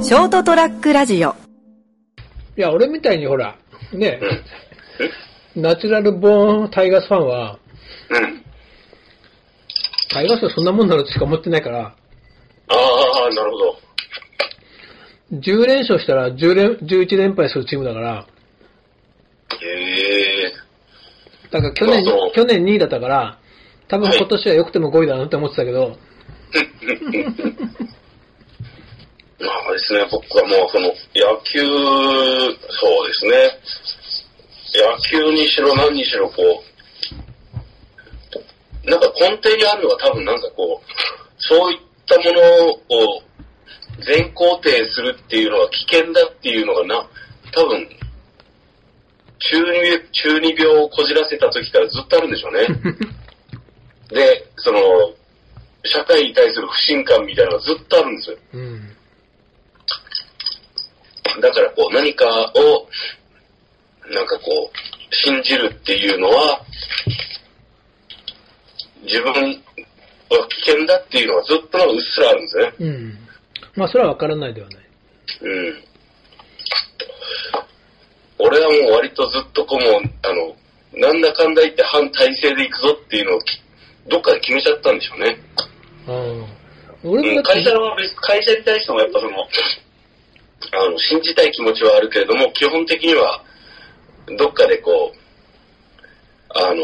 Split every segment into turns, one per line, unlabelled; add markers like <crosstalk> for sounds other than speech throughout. ショートトラックラジオ
いや、俺みたいにほら、ね、ナチュラルボーンタイガースファンは、
うん。
タイガースはそんなもんなのとしか思ってないから、
ああ、なるほど。
10連勝したら10連11連敗するチームだから、
へえ。
だから去年
そうそう、
去年2位だったから、多分今年は良くても5位だなって思ってたけど、
まあですね、僕はもうその野球、そうですね。野球にしろ何にしろこう、なんか根底にあるのは多分なんかこう、そういったものを全肯定するっていうのは危険だっていうのがな、多分、中二中二病をこじらせた時からずっとあるんでしょうね。で、その、社会に対する不信感みたいなのがずっとあるんですよ。
うん。
だからこう何かを、なんかこう、信じるっていうのは、自分は危険だっていうのはずっとうっすらあるんですね。
うん。まあ、それは分からないではない。
うん。俺はもう割とずっとこうもう、あの、なんだかんだ言って反体制で行くぞっていうのをきどっかで決めちゃったんでしょうね。
ああ。
う
俺も
ん、
だっ
会社
て、
は別、会社に対してもやっぱその、あの、信じたい気持ちはあるけれども、基本的には、どっかでこう、あのー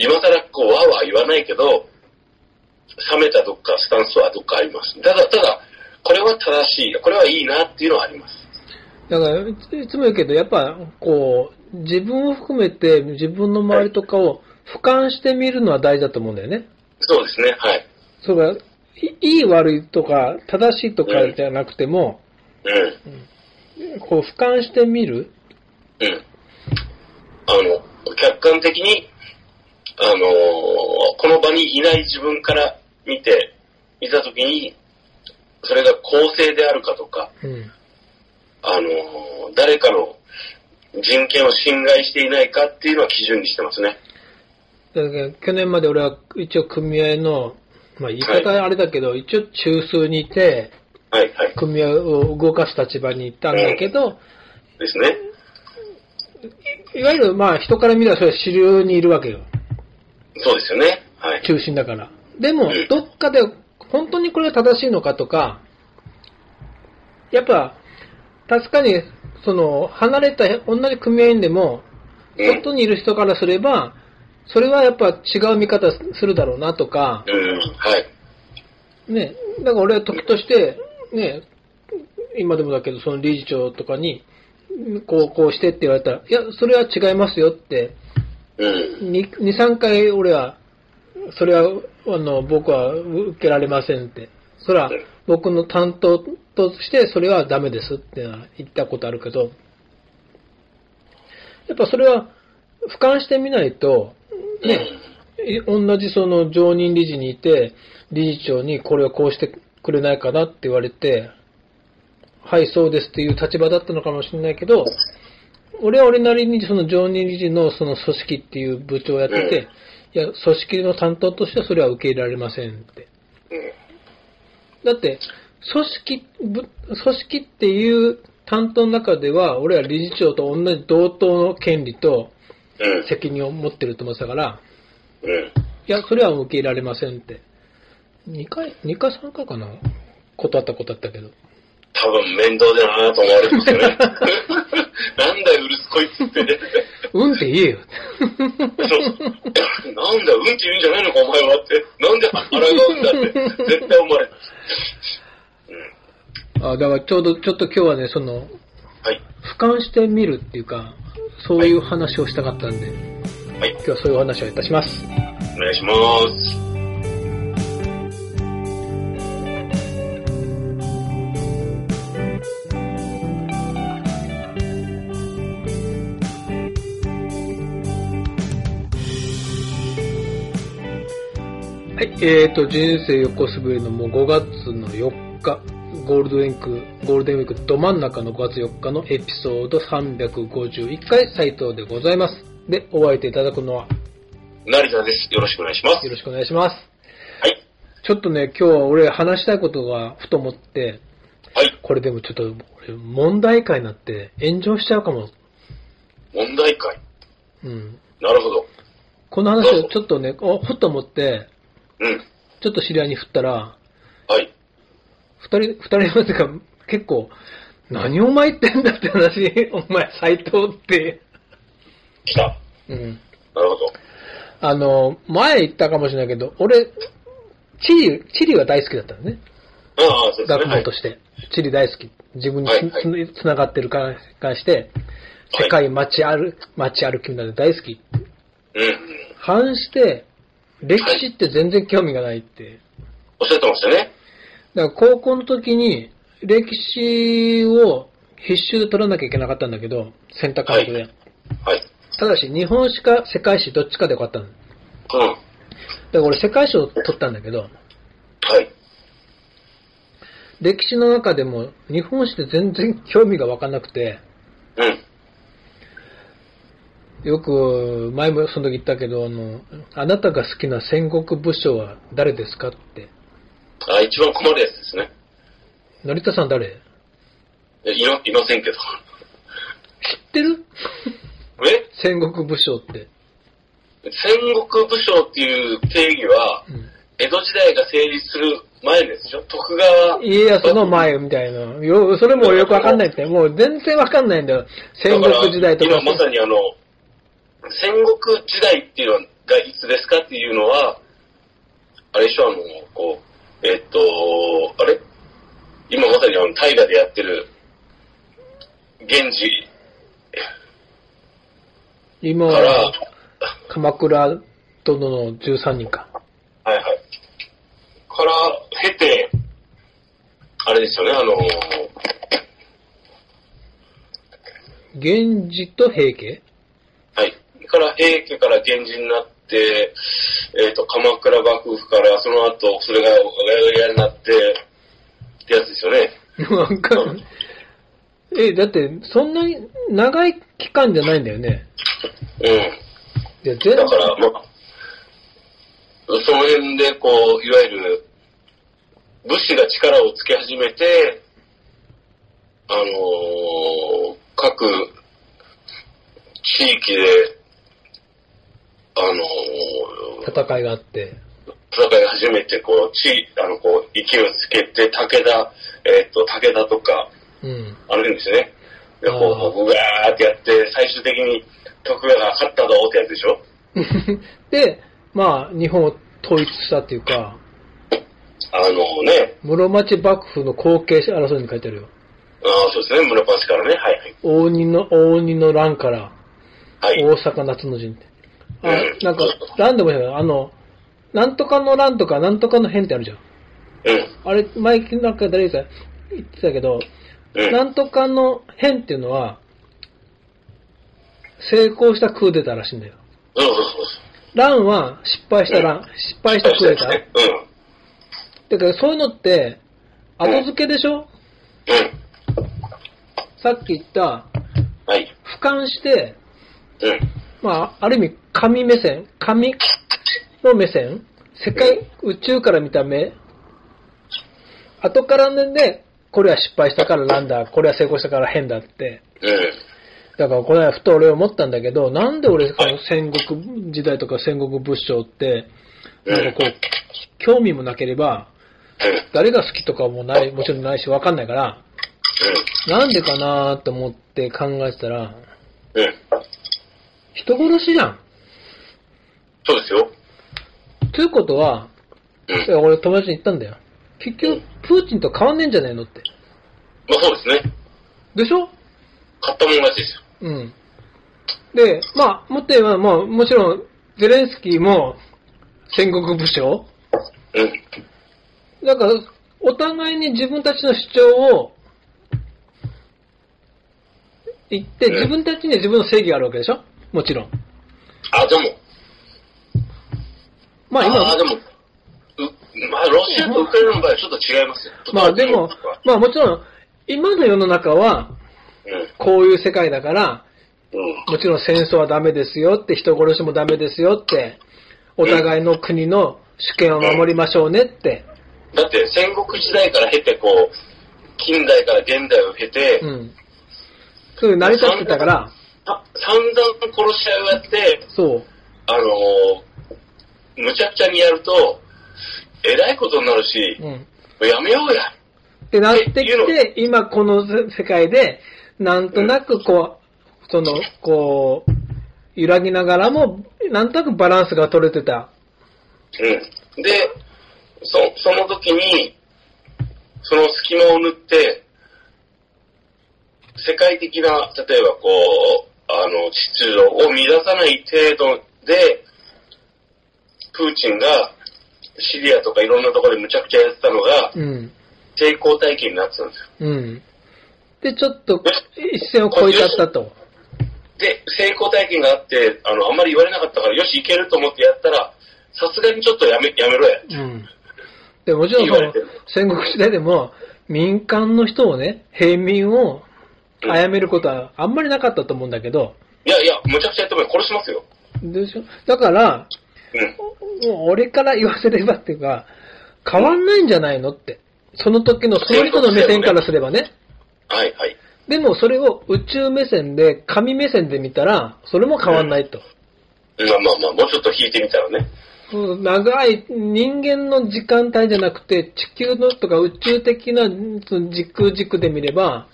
今更こう、わーわー言わないけど、冷めたどっか、スタンスはどっかあります。ただ、ただ、これは正しい、これはいいなっていうのはあります。
だから、いついつも言うけど、やっぱ、こう、自分を含めて自分の周りとかを俯瞰してみるのは大事だと思うんだよね。
そうですね、はい。
それはいいい悪いとか、正しいとかじゃなくても、
うん。
こう、俯瞰してみる。
うん。あの、客観的に、あのーこの場にいない自分から見て、見たときに、それが公正であるかとか、
うん。
あのー誰かの人権を侵害していないかっていうのは基準にしてますね。
だから去年まで俺は一応組合の、まあ言い方はあれだけど、一応中枢にいて、
はいはい。
組合を動かす立場にいたんだけど、
ですね。
いわゆるまあ人から見ればそれは主流にいるわけよ。
そうですよね。はい。
中心だから。でも
うん、
どっかで本当にこれが正しいのかとか、やっぱ、確かに、その、離れた同じ組合員でも、
うん
外にいる人からすれば、それはやっぱ違う見方するだろうなとか、
うん、はい。
ね、だから俺は時として、ね、今でもだけど、その理事長とかに、こう、こうしてって言われたら、いや、それは違いますよって、
うん。
2、3回俺は、それは、あの、僕は受けられませんって。それは
うん、
僕の担当として、それはダメですってのは言ったことあるけど、やっぱそれは、俯瞰してみないと、ね、い同じその常任理事にいて、理事長にこれをこうしてくれないかなって言われて、はい、そうですっていう立場だったのかもしれないけど、俺は俺なりにその常任理事のその組織っていう部長をやってて、いや、組織の担当としてはそれは受け入れられませんって。
うん。
だって、組織、ぶ組織っていう担当の中では、俺は理事長と同じ同等の権利と
うん。
責任を持ってると思ってたから、
うん。
いや、それは受け入れられませんって。2回、2回3回かな断ったことあったけど。
多分面倒だなと思われますよね。なんだよ、うるすこいっつってね。
うんって言えよ。
そうなんだ、うんち言うんじゃないのか、お前はって。なんで抗うんだって。絶対思われる。
<laughs> あだからちょうど、ちょっと今日はね、その、
はい。
俯瞰してみるっていうか、そういう話をしたかったんで、
はい。
今日はそういうお話をいたします。
お願いします。
はい、えーと、人生横滑りのもう5月の4日、ゴールデンウィーク、ゴールデンウィークど真ん中の5月4日のエピソード351回斉藤でございます。で、お相手いただくのは、
成田です。よろしくお願いします。
よろしくお願いします。
はい。
ちょっとね、今日は俺話したいことがふと思って、
はい。
これでもちょっと、俺問題解になって炎上しちゃうかも。
問題会。
うん。
なるほど。
この話をちょっとね、おふっと思って、
うん。
ちょっと知り合いに振ったら、
はい。
二人、二人目っていうか、結構、何お前言ってんだって話、 <laughs> お前斎藤って。
来た。
うん。
なるほど。
あの、前言ったかもしれないけど、俺、チリ、チリは大好きだったのね。
ああ、そうです
学
ね。は
問
い
と。して。チリ大好き。自分につ,、
はいはい
つながってる感感じして、
はい
世界街歩、街歩きみたいなの大好き。
うん。
反して、歴史って全然興味がないって。
おっしゃってましたね。
だから高校の時に、歴史を必修で取らなきゃいけなかったんだけど、選択科目で。
ははい。
ただし、日本史か世界史どっちかでよかったの。だか
うん。
ら俺世界史を取ったんだけど、
はい。
歴史の中でも日本史って全然興味がわかんなくて、
うん。
よく前もその時言ったけど、あの、あなたが好きな戦国武将は誰ですかって。
あ一番困るやつですね。
成田さん誰知
いやいま、いませんけど。
ってる
え
戦国武将って。
戦国武将っていう定義は、
うん
江戸時代が成立する前ですよ。徳川。
家康の前みたいな。よそれもよくわかんないっ
<laughs>
て。もう全然わかんないんだよ。戦国時代と
だ
か。
ら今まさにあの、戦国時代っていうのがいつですかっていうのは、あれでしょ、あの、こう、えっと、あれ今まさにあの、大河でやってる、源氏
今
から、
は鎌倉殿の13人か。
はいはい。から、経て、あれですよね、あの、
源氏と平家
はい。から、平家から源氏になって、えっ、と、鎌倉幕府から、その後、それが、ガヤガヤになって、ってやつですよね。
なんか、え、だって、そんなに長い期間じゃないんだよね。
う
いや、全
ん。だから、まあ、その辺で、こう、いわゆる、武士が力をつけ始めて、あのー各地域で、あのー
戦いがあって。
戦い始めて、こう、地、あの、こう、勢いをつけて、武田、えっ、と、武田とか、
うん。
あの辺ですね。で、こ
あー
う、こううわーってやって、最終的に徳川が勝ったぞってやつでしょ
<laughs> で、まあ、日本を統一したっていうか、
あのね、
室町幕府の後継者争いに書いてあるよ。
ああ、そうですね、村橋からね、はいはい。
大仁の、大仁の乱から、
はい。
大阪夏の陣って。あ
うん、
なんか、乱でもいいんだけど、あの、なんとかの乱とか、なんとかの変ってあるじゃん。
うん、
あれ、前、なんか誰か言ってたけど、
うん。
なんとかの変っていうのは、成功したクーデターらしいんだよ。
そうそうそう
乱は失敗した乱、失敗したクーデタ
そう。ね。う
ー。だからそういうのって、後付けでしょ
ん、うん。
さっき言った、
はい。
俯瞰して、
うん、
まあ、ある意味、神目線、神の目線、世界、宇宙から見た目、後からね、で、これは失敗したから乱だ、これは成功したから変だって。
うん。
だからこの間ふと俺思ったんだけど、なんで俺この戦国時代とか戦国武将って、なんかこう、興味もなければ、
うん、うん。
誰が好きとかもない、もちろんないしわかんないから、なんでかなーって思って考えてたら、
うん。
人殺しじゃん。
そうですよ。
ということは、
うん。
いや俺友達に言ったんだよ。結局、プーチンと変わんねえんじゃねえのって。
まあそうですね。
でしょ
買ったもん勝ちですよ。
うん。で、まあ、もっと言えば、まあ、もちろん、ゼレンスキーも、戦国武将
うん。
だから、お互いに自分たちの主張を言って、
うん
自分たちには自分の正義があるわけでしょもちろん。
あ、でも、
まあ
あーで
今、
も、うまあ、ロシアとウクライナの場合はちょっと違いますよ。
まあでも、まあもちろん、今の世の中は、
うん。
こういう世界だから、
うん。
もちろん戦争はダメですよって、人殺しもダメですよって、お互いの国の主権を守りましょうねって。
だって戦国時代から経て、こう、近代から現代を経て、
うん。そういう成り立ってたから、
あ散々殺し合いをやって、
そう。
あのーむちゃくちゃにやると、えらいことになるし、
うん。
やめようや。
ってなってき
え言
て、今この世界で、なんとなくこう、その、こう、揺らぎながらも、なんとなくバランスが取れてた。
うん。で、そ、その時に、その隙間を縫って、世界的な、例えばこう、あの、秩序を乱さない程度で、プーチンがシリアとかいろんなところでむちゃくちゃやってたのが、
うん。
成功体験になってたんですよ。
うん。で、ちょっと、一線を越えちゃったと。
で、成功体験があって、あの、あんまり言われなかったから、よし、いけると思ってやったら、さすがにちょっとやめ、やめろや。
うん。で、もちろんそ
言われ
の
てる、
戦国時代でも、民間の人をね、平民を、
うん
殺めることはあんまりなかったと思うんだけど、
いやいや、むちゃくちゃやっても殺しますよ。
でしょだから、
うん。
もう俺から言わせればっていうか、変わんないんじゃないのって。その時のその人の目線からすればね。
はい、はい。
でもそれを宇宙目線で、神目線で見たら、それも変わんないと。
まあまあまあ、もうちょっと引いてみたらね。
うん長い人間の時間帯じゃなくて、地球のとか宇宙的なその時空軸で見れば、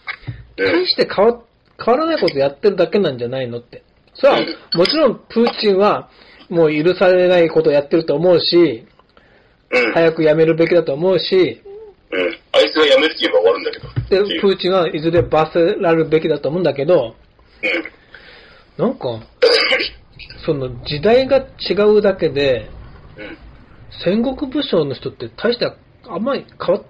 うん。
大して変わ変わらないことやってるだけなんじゃないのって。それは
う
もちろんプーチンはもう許されないことをやってると思うし、
うん。
早くやめるべきだと思うし、
うん。あいつが辞めるって言えば終わるんだけ
で
ど。ってい、う
プーチンはいずれ罰せられるべきだと思うんだけど、
うん。
なんか、その時代が違うだけで、
<laughs> うん。
戦国武将の人って大してあんまり変わっ、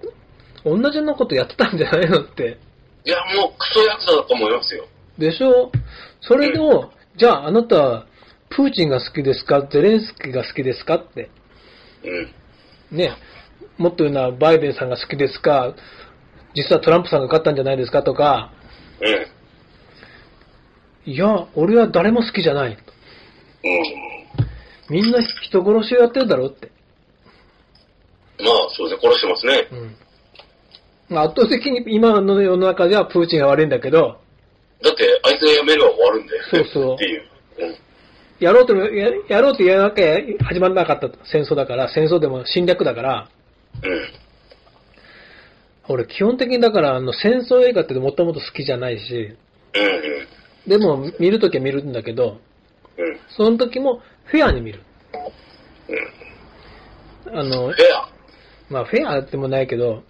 同じようなことやってたんじゃないのって。
いや、もうクソヤクザだと思いますよ。
でしょそれを、じゃああなたは、プーチンが好きですかゼレンスキーが好きですかって。
うん。
ね。もっと言うならバイデンさんが好きですか実はトランプさんが勝ったんじゃないですかとか、
うん。
いや、俺は誰も好きじゃない。
うん。
みんな人殺しをやってるだろうって。
まあ、そうですね。殺してますね。
うん。まあ、圧倒的に今の世の中ではプーチンが悪いんだけど、
だって、あいつが辞めれば終わるんで。
そうそう
っていう。うん。
やろうとも、ややろうとやらなきゃ始まらなかった戦争だから、戦争でも侵略だから、
うん。
俺基本的にだから、あの、戦争映画ってもともと好きじゃないし、
う
で
ん。
も見るときは見るんだけど、
うん。うん。
その時もフェアに見る。
うん。
あの、
フェア。
まあフェアでもないけど、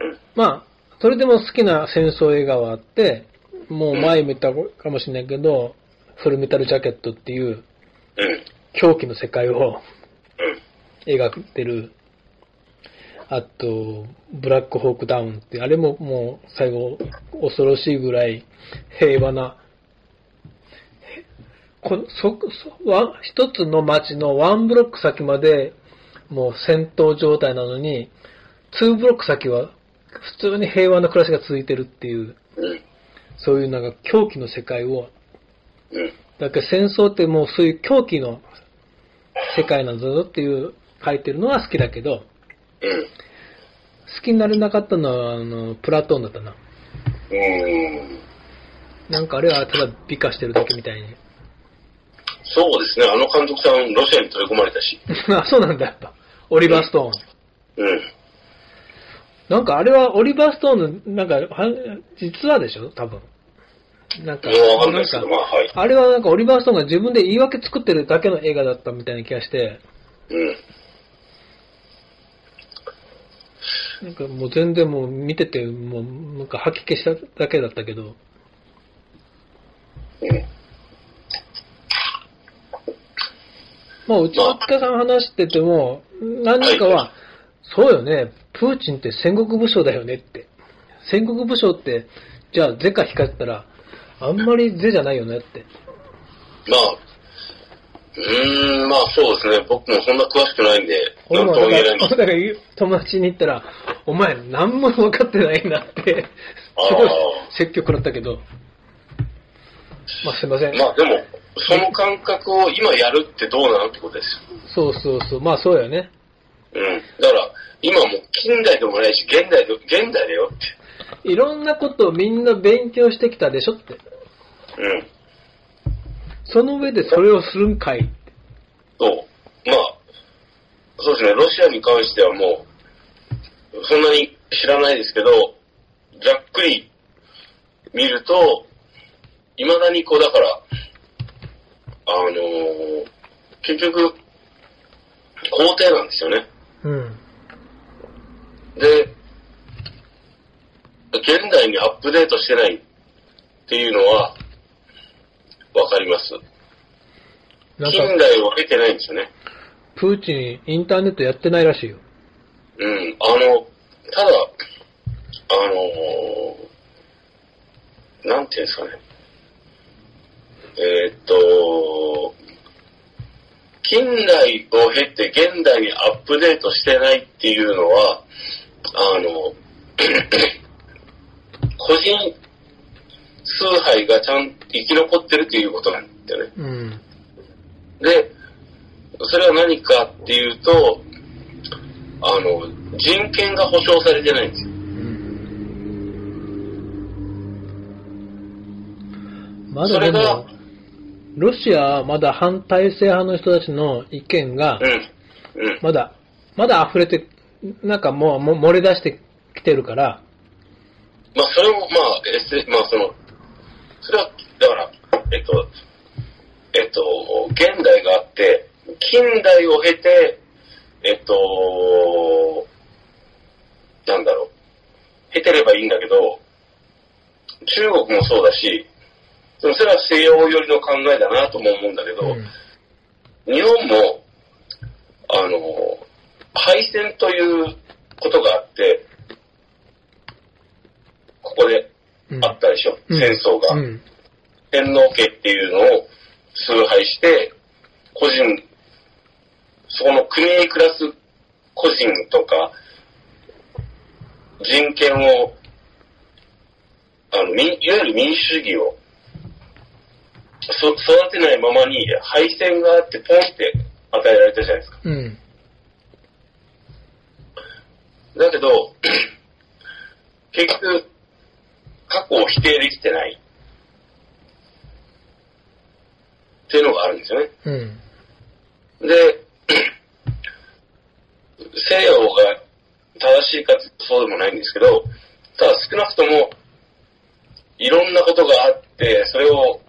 うん。
まあ、それでも好きな戦争映画はあって、もう前見たかもしれないけど、フルメタルジャケットっていう
うん。
狂気の世界を
うん。
描いてる。あと、ブラックホークダウンって、あれももう最後、恐ろしいぐらい平和な、へこそそわ一つの街のワンブロック先までもう戦闘状態なのに、ツーブロック先は普通に平和な暮らしが続いてるっていう、
うん。
そういうなんか狂気の世界を
うん。
だから戦争ってもうそういう狂気の世界なんだぞっていう書いてるのは好きだけど、
うん。
好きになれなかったのは、あの、プラトンだったな。
うん。
なんかあれはただ美化してるだけみたいに。 <laughs>
そうですね。あの監督さん、ロシアに取り込まれたし。
あ、そうなんだ、やっぱ。オリバー・ストーン。
うん。
なんかあれはオリバー・ストーンの、なんか、は実はでしょ多分。なんか、
もうわかんない
ん
ですけ
か
ど、、まあ、はい。
あれはなんかオリバー・ストーンが自分で言い訳作ってるだけの映画だったみたいな気がして、
うん。
なんかもう全然もう見てて、もうなんか吐き気しただけだったけど、
うん。
まあ、うちの塚さん話してても、何人か
は
は、そうよね、プーチンって戦国武将だよねって。戦国武将って、じゃあ、是か非かって言ったら、あんまり是じゃないよねって。
まあ、うーん、まあそうですね。僕もそんな詳しくないんで、な
俺
ん
も
とも言えないんで
だ
す
か。ら、友達に言ったら、お前、何も分かってないなって、
あー
すごい説教食らったけど、まあ、すいません。
まあでも、その感覚を今やるってどうなのってことですよ。
そうそうそう。まあそうやね。
うん。だから、今もう近代でもないし、現代で、現代だよって。
いろんなことをみんな勉強してきたでしょって。
うん。
その上でそれをするんかいって。
そう。まあ、そうですね、ロシアに関してはもう、そんなに知らないですけど、ざっくり見ると、いまだにこう、だから、あのー結局、皇帝なんですよね。
うん。
で、現代にアップデートしてないっていうのは、わかります。
なん
近
か、
代を得てないんですよね。
プーチンインターネットやってないらしいよ。
うん、あの、ただ、あのー、なんていうんですかね。えーっと、近代を経て現代にアップデートしてないっていうのは、あの、 <clears throat> 個人崇拝がちゃんと生き残ってるっていうことなんだよね。
うん。
で、それは何かっていうと、あの、人権が保障されてないんですよ。
まだで
それが
も、ロシアはまだ反体制派の人たちの意見が、
うん。うん。
まだ、まだ溢れて、なんかもうも漏れ出してきてるから、
まあ、それも、まあ、エスまあ、その、それは、だから、えっと、えっと、現代があって、近代を経て、えっと、なんだろう、経てればいいんだけど、中国もそうだし、でもそれは西洋寄りの考えだなとも思うんだけど、
うん
日本も、あの、敗戦ということがあって、ここで
うん
あったでしょ、
うん
戦争が。
うん
天皇家っていうのを崇拝して、個人、そこの国に暮らす個人とか、人権を、あの、民いわゆる民主主義を、そ育てないままに敗戦があってポンって与えられたじゃないですか。
うん。
だけど、 <clears throat> 結局、過去を否定できてない。っていうのがあるんですよね。
うん。
で、 <coughs> 西洋が正しいかってそうでもないんですけど、ただ少なくとも、いろんなことがあって、それを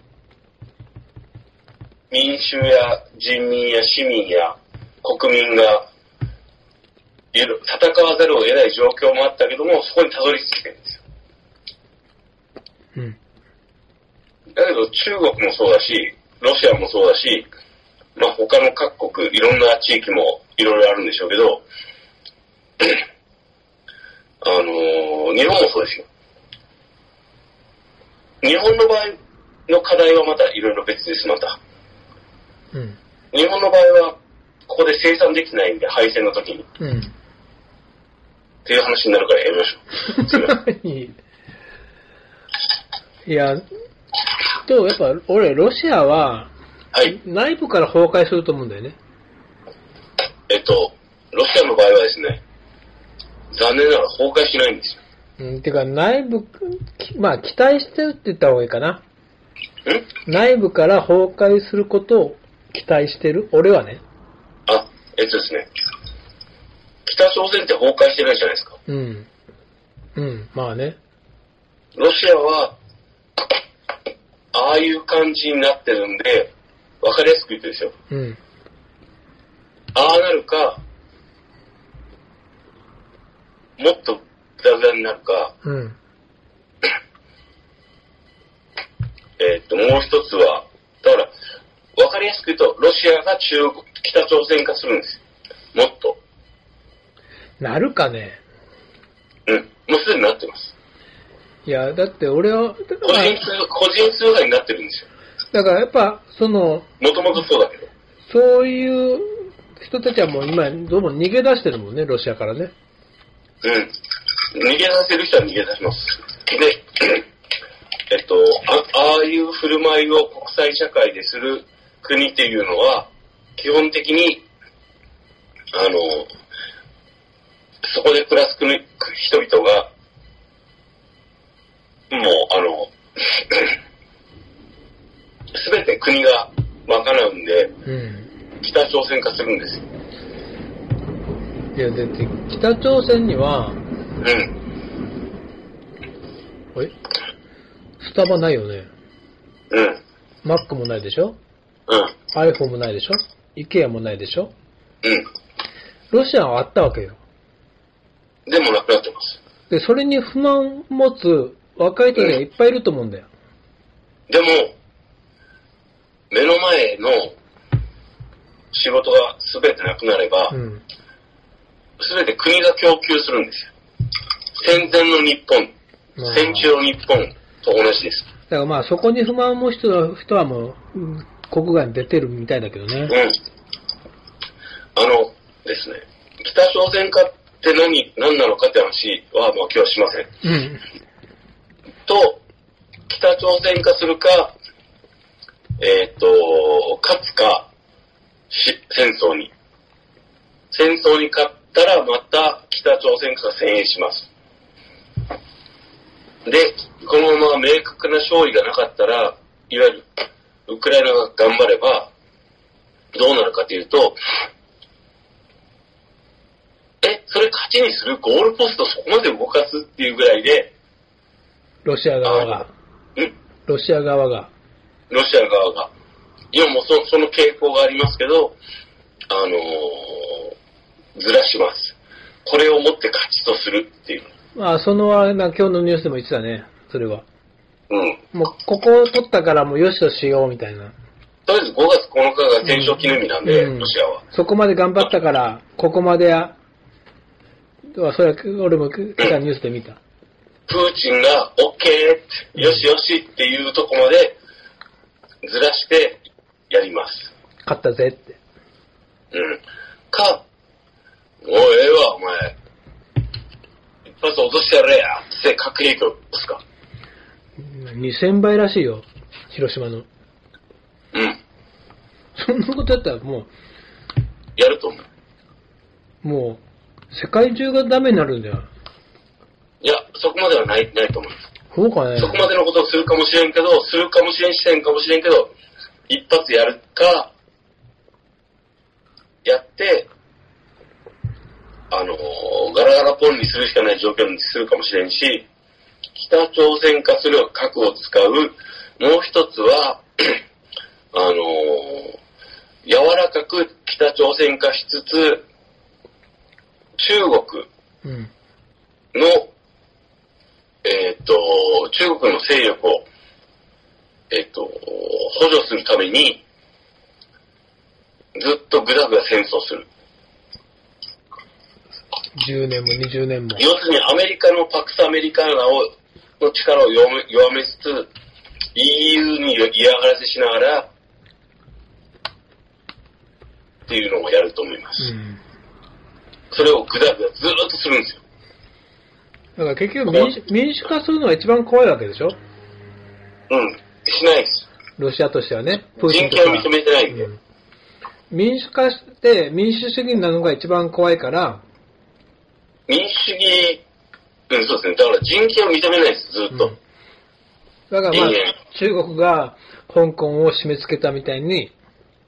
民衆や人民や市民や国民がいろ戦わざるを得ない状況もあったけども、そこにたどり着いてるんですよ。
うん。
だけど中国もそうだし、ロシアもそうだし、まあ他の各国、いろんな地域もいろいろあるんでしょうけど、あのー日本もそうですよ。日本の場合の課題はまたいろいろ別です、また。
うん。
日本の場合は、ここで生産できてないんで、敗戦の時に。っ
うん。
ていう話になるからやめましょう。すいません
い <laughs> や、と、やっぱ俺、ロシアは
はい。
内部から崩壊すると思うんだよね。
えっと、ロシアの場合はですね、残念ながら崩壊しないんですよ。
うん、てか内部、きまあ期待してるって言った方がいいかな。
ん
内部から崩壊することを期待してる俺はね。
あ、えっとですね。北朝鮮って崩壊してないじゃないですか。
うん。うん、まあね。
ロシアは、ああいう感じになってるんで、わかりやすく言ってですよ。
うん。
ああなるか、もっとザラザラになるか、
うん。
えっと、もう一つは、だから、わかりやすく言うと、ロシアが中国、北朝鮮化するんですよ。もっと。
なるかね。
うん。もうすでになってます。
いや、だって俺は、だ
個
か
人
ら、
数、個人崇拝になってるんですよ。
だからやっぱ、その、
もともとそうだけど。
そういう人たちはもう今、どうも逃げ出してるもんね、ロシアからね。
うん。逃げ出せる人は逃げ出します。で、 <coughs> えっと、あああいう振る舞いを国際社会でする国っていうのは、基本的に、あの、そこで暮らす国、人々が、もう、あの、 <coughs> すべて国が賄うんで、
うん。
北朝鮮化するんですよ。
いや、だって、北朝鮮には、
うん。
えスタバないよね。
うん。
Mac もないでしょ
うん。
?iPhone もないでしょ ?IKEA もないでしょ
うん。
ロシアはあったわけよ。
でもなくなってます。
で、それに不満を持つ若い人がいっぱいいると思うんだよ。
でも、目の前の仕事が全てなくなれば
う、ん。
全て国が供給するんですよ。戦前の日
まあ
本、戦中の日本と同じです。
だからまあ、そこに不満を持つ人は人はもう、うん国外に出てるみたいだけど
う
ね
ん。。あのですね、北朝鮮化って何、何なのかって話は、まあ今日はしません。
うん。
と、北朝鮮化するか、えーっと、勝つか、し戦争に。戦争に勝ったらまた北朝鮮化が遷延します。で、このまま明確な勝利がなかったら、いわゆるウクライナが頑張れば、どうなるかというと、え、それ勝ちにするゴールポストそこまで動かすっていうぐらいで、
ロシア側が。
ん
ロシア側が。
ロシア側が。今もそその傾向がありますけど、あのーずらします。これをもって勝ちとするっていう。
まあ、そのあれな、今日のニュースでも言ってたね。それは。
うん。
もう、ここを取ったからもうよしとしようみたいな。
とりあえず5月9日が戦勝記念日なんで、
うん
ロシアは。
そこまで頑張ったから、ここまでや、あそれは俺も来たニュースで見た。
プーチンが OK って、よしよしっていうとこまでずらしてやります。
勝ったぜって。
うん。か、もうええわ、お前。一発落としてやれや、って核兵器を落とすか。
2000倍らしいよ。広島の。
うん。
そんなことやったらも
やると思う。
う、もう、世界中がダメになるんだよ。
いや、そこまではない、ないと思います。
そうかね
そ。こまでのことをするかもしれんけど、するかもしれんしせんかもしれんけど、一発やるか、やって、あのーガラガラポンにするしかない状況にするかもしれんし、北朝鮮化する核を使う、もう一つは、 <clears throat> あのー柔らかく北朝鮮化しつつ、中国、
うん。
の、えっ、と、中国の勢力を、えっ、と、補助するために、ずっとぐだぐだ戦争する。
10年も20年も。
要するにアメリカのパクスアメリカーナを、の力を弱め弱めつつ、EU に嫌がらせしながら、っていうのをやると思います。
うん。
それをぐだぐだずーっとするんですよ。
だから結局民主民主化するのが一番怖いわけでしょ
うん。しないです。
ロシアとしてはね。プーチン
人
として
権を
は
認めてないんで。
うん民主化して民主主義になるのが一番怖いから、
民主主義、うん、そうですね。だから人権を認めないです、ずっと。
うんだからまあ
いいね
中国が香港を締め付けたみたいに、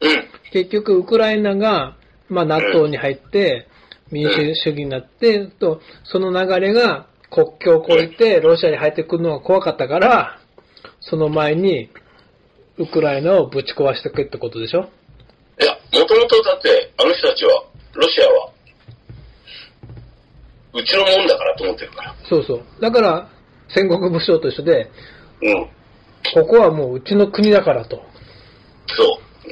うん。
結局ウクライナが、まあ、NATO に入って民主主義になって、とその流れが国境を越えてロシアに入ってくるのが怖かったから、その前にウクライナをぶち壊してくってことでしょ
いや、もともとだって、あの人たちは、ロシアは、うちのもんだからと思ってるから。
そうそう。だから戦国武将と一緒で、
うん。
ここはもううちの国だからと。
そう。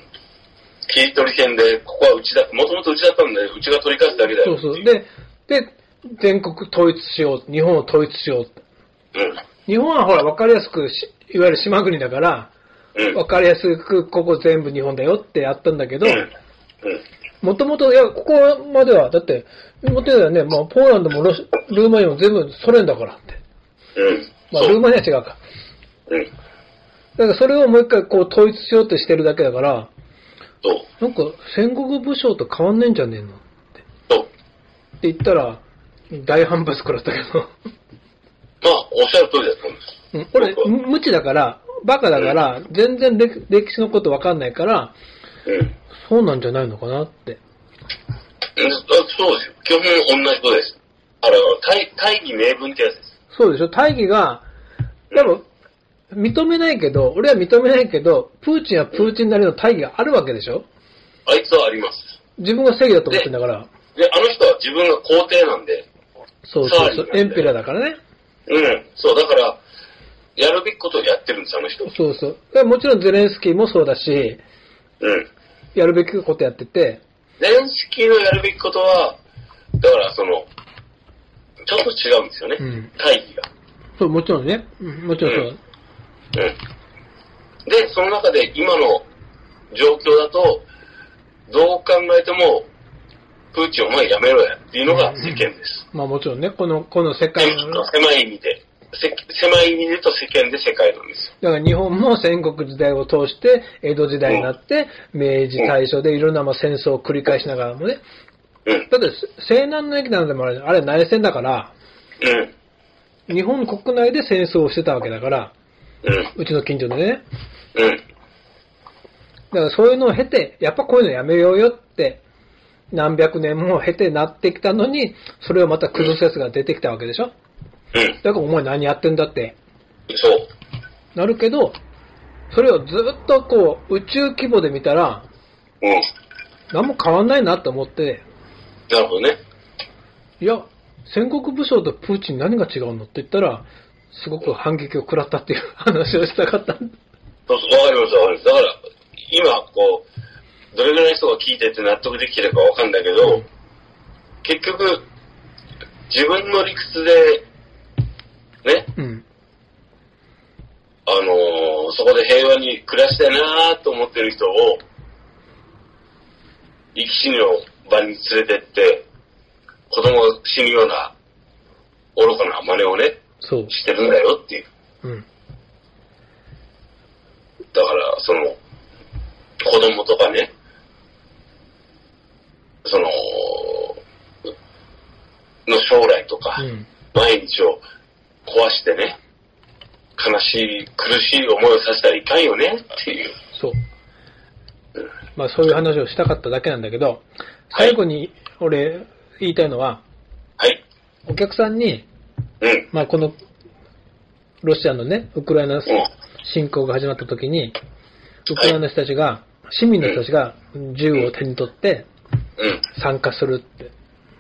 切り取り線で、ここはうちだ、もともとうちだったんで、うちが取り返すだけだ
そ
よ。
うそう。で、で、全国統一しよう。日本を統一しよう。日本はほら、わかりやすくし、いわゆる島国だから、
うん。うん。
わかりやすく、ここ全部日本だよってやったんだけど
う、ん。うん。
もともと、いや、ここまでは、だって、もとはね、もうポーランドもロシルーマニアも全部ソ連だからって。
うん。
まあ、
そ
ルー
う。
マニアは違うか。
うん。
だからそれをもう一回こう統一しようとしてるだけだから、
そう。
なんか戦国武将と変わんねえんじゃねえのっ
そう。
て言ったら、大反発食らったけど。 <laughs>
まあ、おっしゃる通りだと思うんです。
うん俺、む無知だから、バカだから、全然歴歴史のことわかんないから、
うん。
そうなんじゃないのかなって。
うんあそうですよ。基本同じことです。あの、大大義名分ってやつです。
そうでしょ大義が、でも、認めないけど、俺は認めないけど、プーチンはプーチンなりの大義があるわけでしょ
あいつはあります。
自分が正義だと思ってんだから、
で、あの人は自分が皇帝なんで、
そうそう
サーリン
そ
な
う、
んだ
エ
よ
ンペラーだからね。
うん。そう、だから、やるべきことをやってるんです、あの人。
そうそう。でもちろんゼレンスキーもそうだし、
うん。
やるべきことやってて、
ゼレンスキーのやるべきことは、だからその、ちょっと違うんですよね。
うん
大義が。
そう、もちろんね、うんもちろんそう。
うん。で、その中で今の状況だと、どう考えても、プーチンお前やめろやっていうのが世間です。
まあもちろんね、この、この世界の、だ
狭い意味で。せ狭い意味でと世間で世界なんですよ。
から日本も戦国時代を通して、江戸時代になって、明治、大正でいろんなまあ戦争を繰り返しながらもね、
うん。
だって西南の駅なんでもあれ、あれ内戦だから、
うん。
日本国内で戦争をしてたわけだから、
うん。
うちの近所でね。
うん。
だからそういうのを経て、やっぱこういうのやめようよって、何百年も経てなってきたのに、それをまた崩すやつが出てきたわけでしょ
うん。
だからお前何やってんだって
そう。
なるけど、それをずっとこう、宇宙規模で見たら、
うん。
何も変わんないなと思って、
なるほどね。
いや、戦国武将とプーチン何が違うのって言ったら、すごく反撃を食らったっていう話をしたかった。
そうそう、わかります、わかります。だから、今、こう、どれぐらいの人が聞いてて納得できてるかわかんないけど、結局、自分の理屈で、ね、
うん。
あのーそこで平和に暮らしたいなーと思ってる人を、生き死にの場に連れてって、子供が死ぬような、愚かな真似をね、
そう。
してるんだよっていう。
うん。
だから、その、子供とかね、その、の将来とか、
うん。
毎日を壊してね、悲しい、苦しい思いをさせたらいかんよねっていう。
そう。まあそういう話をしたかっただけなんだけど、最後に俺言いたいのは、
はい。
お客さんに、
うん。
まあこの、ロシアのね、ウクライナ
うん。
侵攻が始まった時に、ウクライナの人たちが、市民の人たちが銃を手に取って
うん。
参加するって。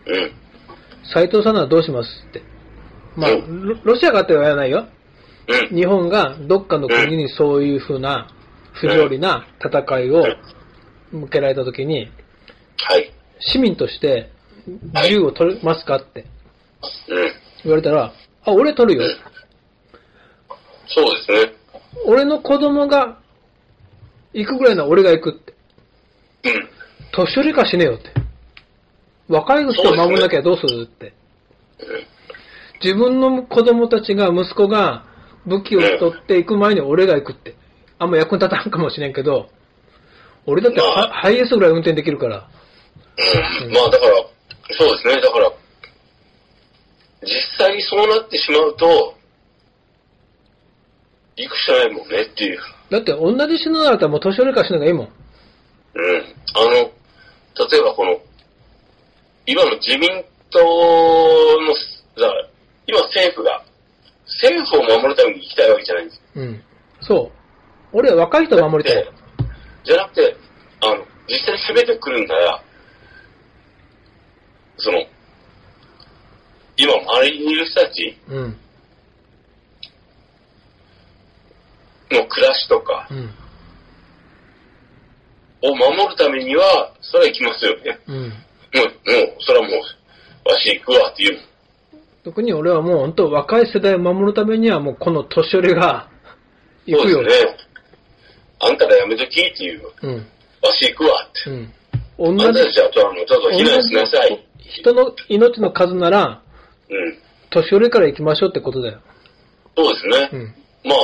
うん。
斉藤さんならどうしますって。まあ、
う
ロロシアがあっては言わないよ。
うん。
日本がどっかの国にそういうふうな不条理な戦いを向けられた時に、
はい。
市民として銃を取れますかって
うん。
言われたら、あ、俺取るよ。
そうですね。
俺の子供が行くぐらいなら俺が行くって。
うん。
年寄りかしねえよって。若い人を守んなきゃどうするって。自分の子供たちが、息子が武器を取っていく前に俺が行くって。あんま役に立たんかもしれんけど、俺だって
ま
ハ
あ
ハイエースぐらい運転できるから。
うんまあだから、そうですね、だから、実際にそうなってしまうと、行くしかないもんねっていう。
だって同じ死ぬならもう年寄りか死ぬのがいいもん。
うん。あの、例えばこの、今の自民党の、だから、今政府が、政府を守るために行きたいわけじゃないんです。
うん。そう。俺は若い人を守りたい
で。、じゃなくて、あの、実際に攻めてくるんなら、その、今周りにいる人たち、
うん。
の暮らしとか
うん。
を守るためには、それは行きますよね。
うん。
もう、もう、それはもう、わし行くわっていう。
特に俺はもう本当若い世代を守るためにはもうこの年寄り
<laughs>
が行
そう
くよ。
ですね。あんたらやめときっていう。わし行くわって。
うん。
あ
同
ん
じ
た、たちは、あの、ちょっと避難しなさい。
人の命の数なら、
うん。
年寄りから行きましょうってことだよ。
そうですね。
うん。
まあ、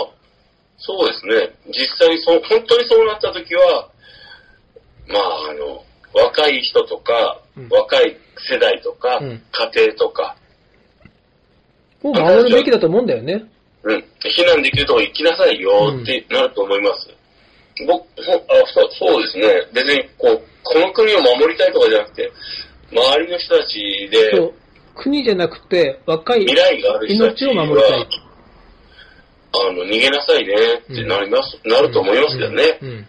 そうですね。実際にそう、本当にそうなった時は、まあ、あの、若い人とか、
うん
若い世代とか、
うん
家庭とか、
を守るべきだと思うんだよね。
うん、避難できるとこ行きなさいよってなると思います。僕そあそう、そうですね。別に、こう、この国を守りたいとかじゃなくて、周りの人たち
そ
で
う、国じゃなくて、若い
未来がある人たち
命を
は、
守りたい。
あの、逃げなさいねってなります、なると思いますけどね。
うん。うん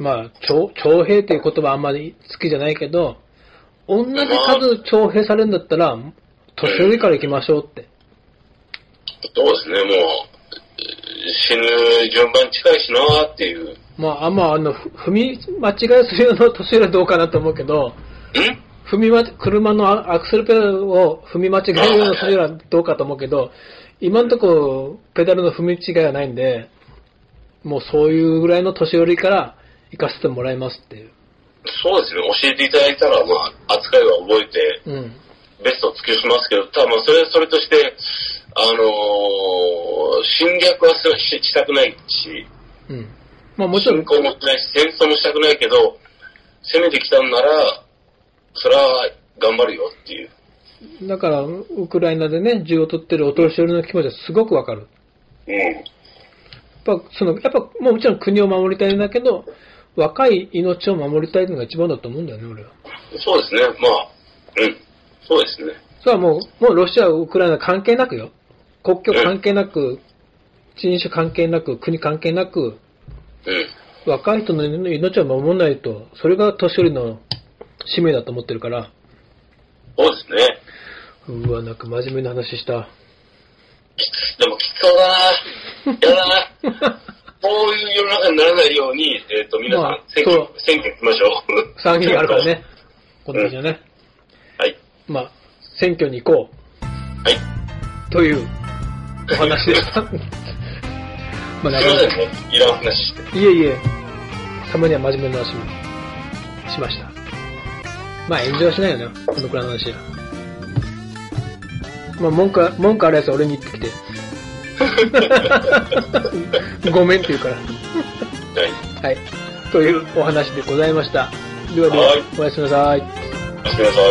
まあ、徴徴兵っていう言葉あんまり好きじゃないけど、同じ数徴兵されるんだったら、年寄りから行きましょうって。
そうですね、もう、死ぬ順番近いしなーっていう。ん
まあ、あんまあの、ふ踏み間違いするような年寄りはどうかなと思うけど、踏みま、車のアアクセルペダルを踏み間違えるようなするようなどうかと思うけど、今んとこペダルの踏み違いはないんで、もうそういうぐらいの年寄りから行かせてもらいますっていう。
そうですね、教えていただいたら、まあ、扱いは覚えて、
うん。
ベストを尽くしますけど、ただまあ、それはそれとして、あのー侵略はするししたくないし、
うん。まあもちろ
侵
ん、
攻もしないし、戦争もしたくないけど、攻めてきたんなら、それは頑張るよっていう。
だから、ウクライナでね、銃を取ってるお年寄りの気持ちはすごくわかる。
うん。
やっぱ、その、やっぱ、もうもちろん国を守りたいんだけど、若い命を守りたいのが一番だと思うんだよね、俺は。
そうですね、まあ、うん。そうですね。
それはもう、もうロシア、ウクライナ関係なくよ。国境関係なく、人種関係なく、国関係なく、
うん。
若い人の命を守らないと、それが年寄りの使命だと思ってるから、
そうですね。
うわ、なんか真面目な話した。
でもきつそうだなやだなこういう世の中にならないように、えっ、と、皆さん、
まあ
選挙
そう、
選挙行きましょう。
参議院があるから。ね。この時はね。
<laughs> はい。
まあ、選挙に行こ
はい。
う。というお話でした。まあ、な
すい
か
ま
な
せ
んか。
ね。いらん話して。
いえいえ、たまには真面目な話もしました。まあ炎上はしないよな、このくらいの話は。まあ文句は、文句あるやつは俺に言ってきて。ご <laughs> めんって言うから。
はい。
はい。というお話でございました。ではで
はい
は、おやすみなさい。
おやすみなさ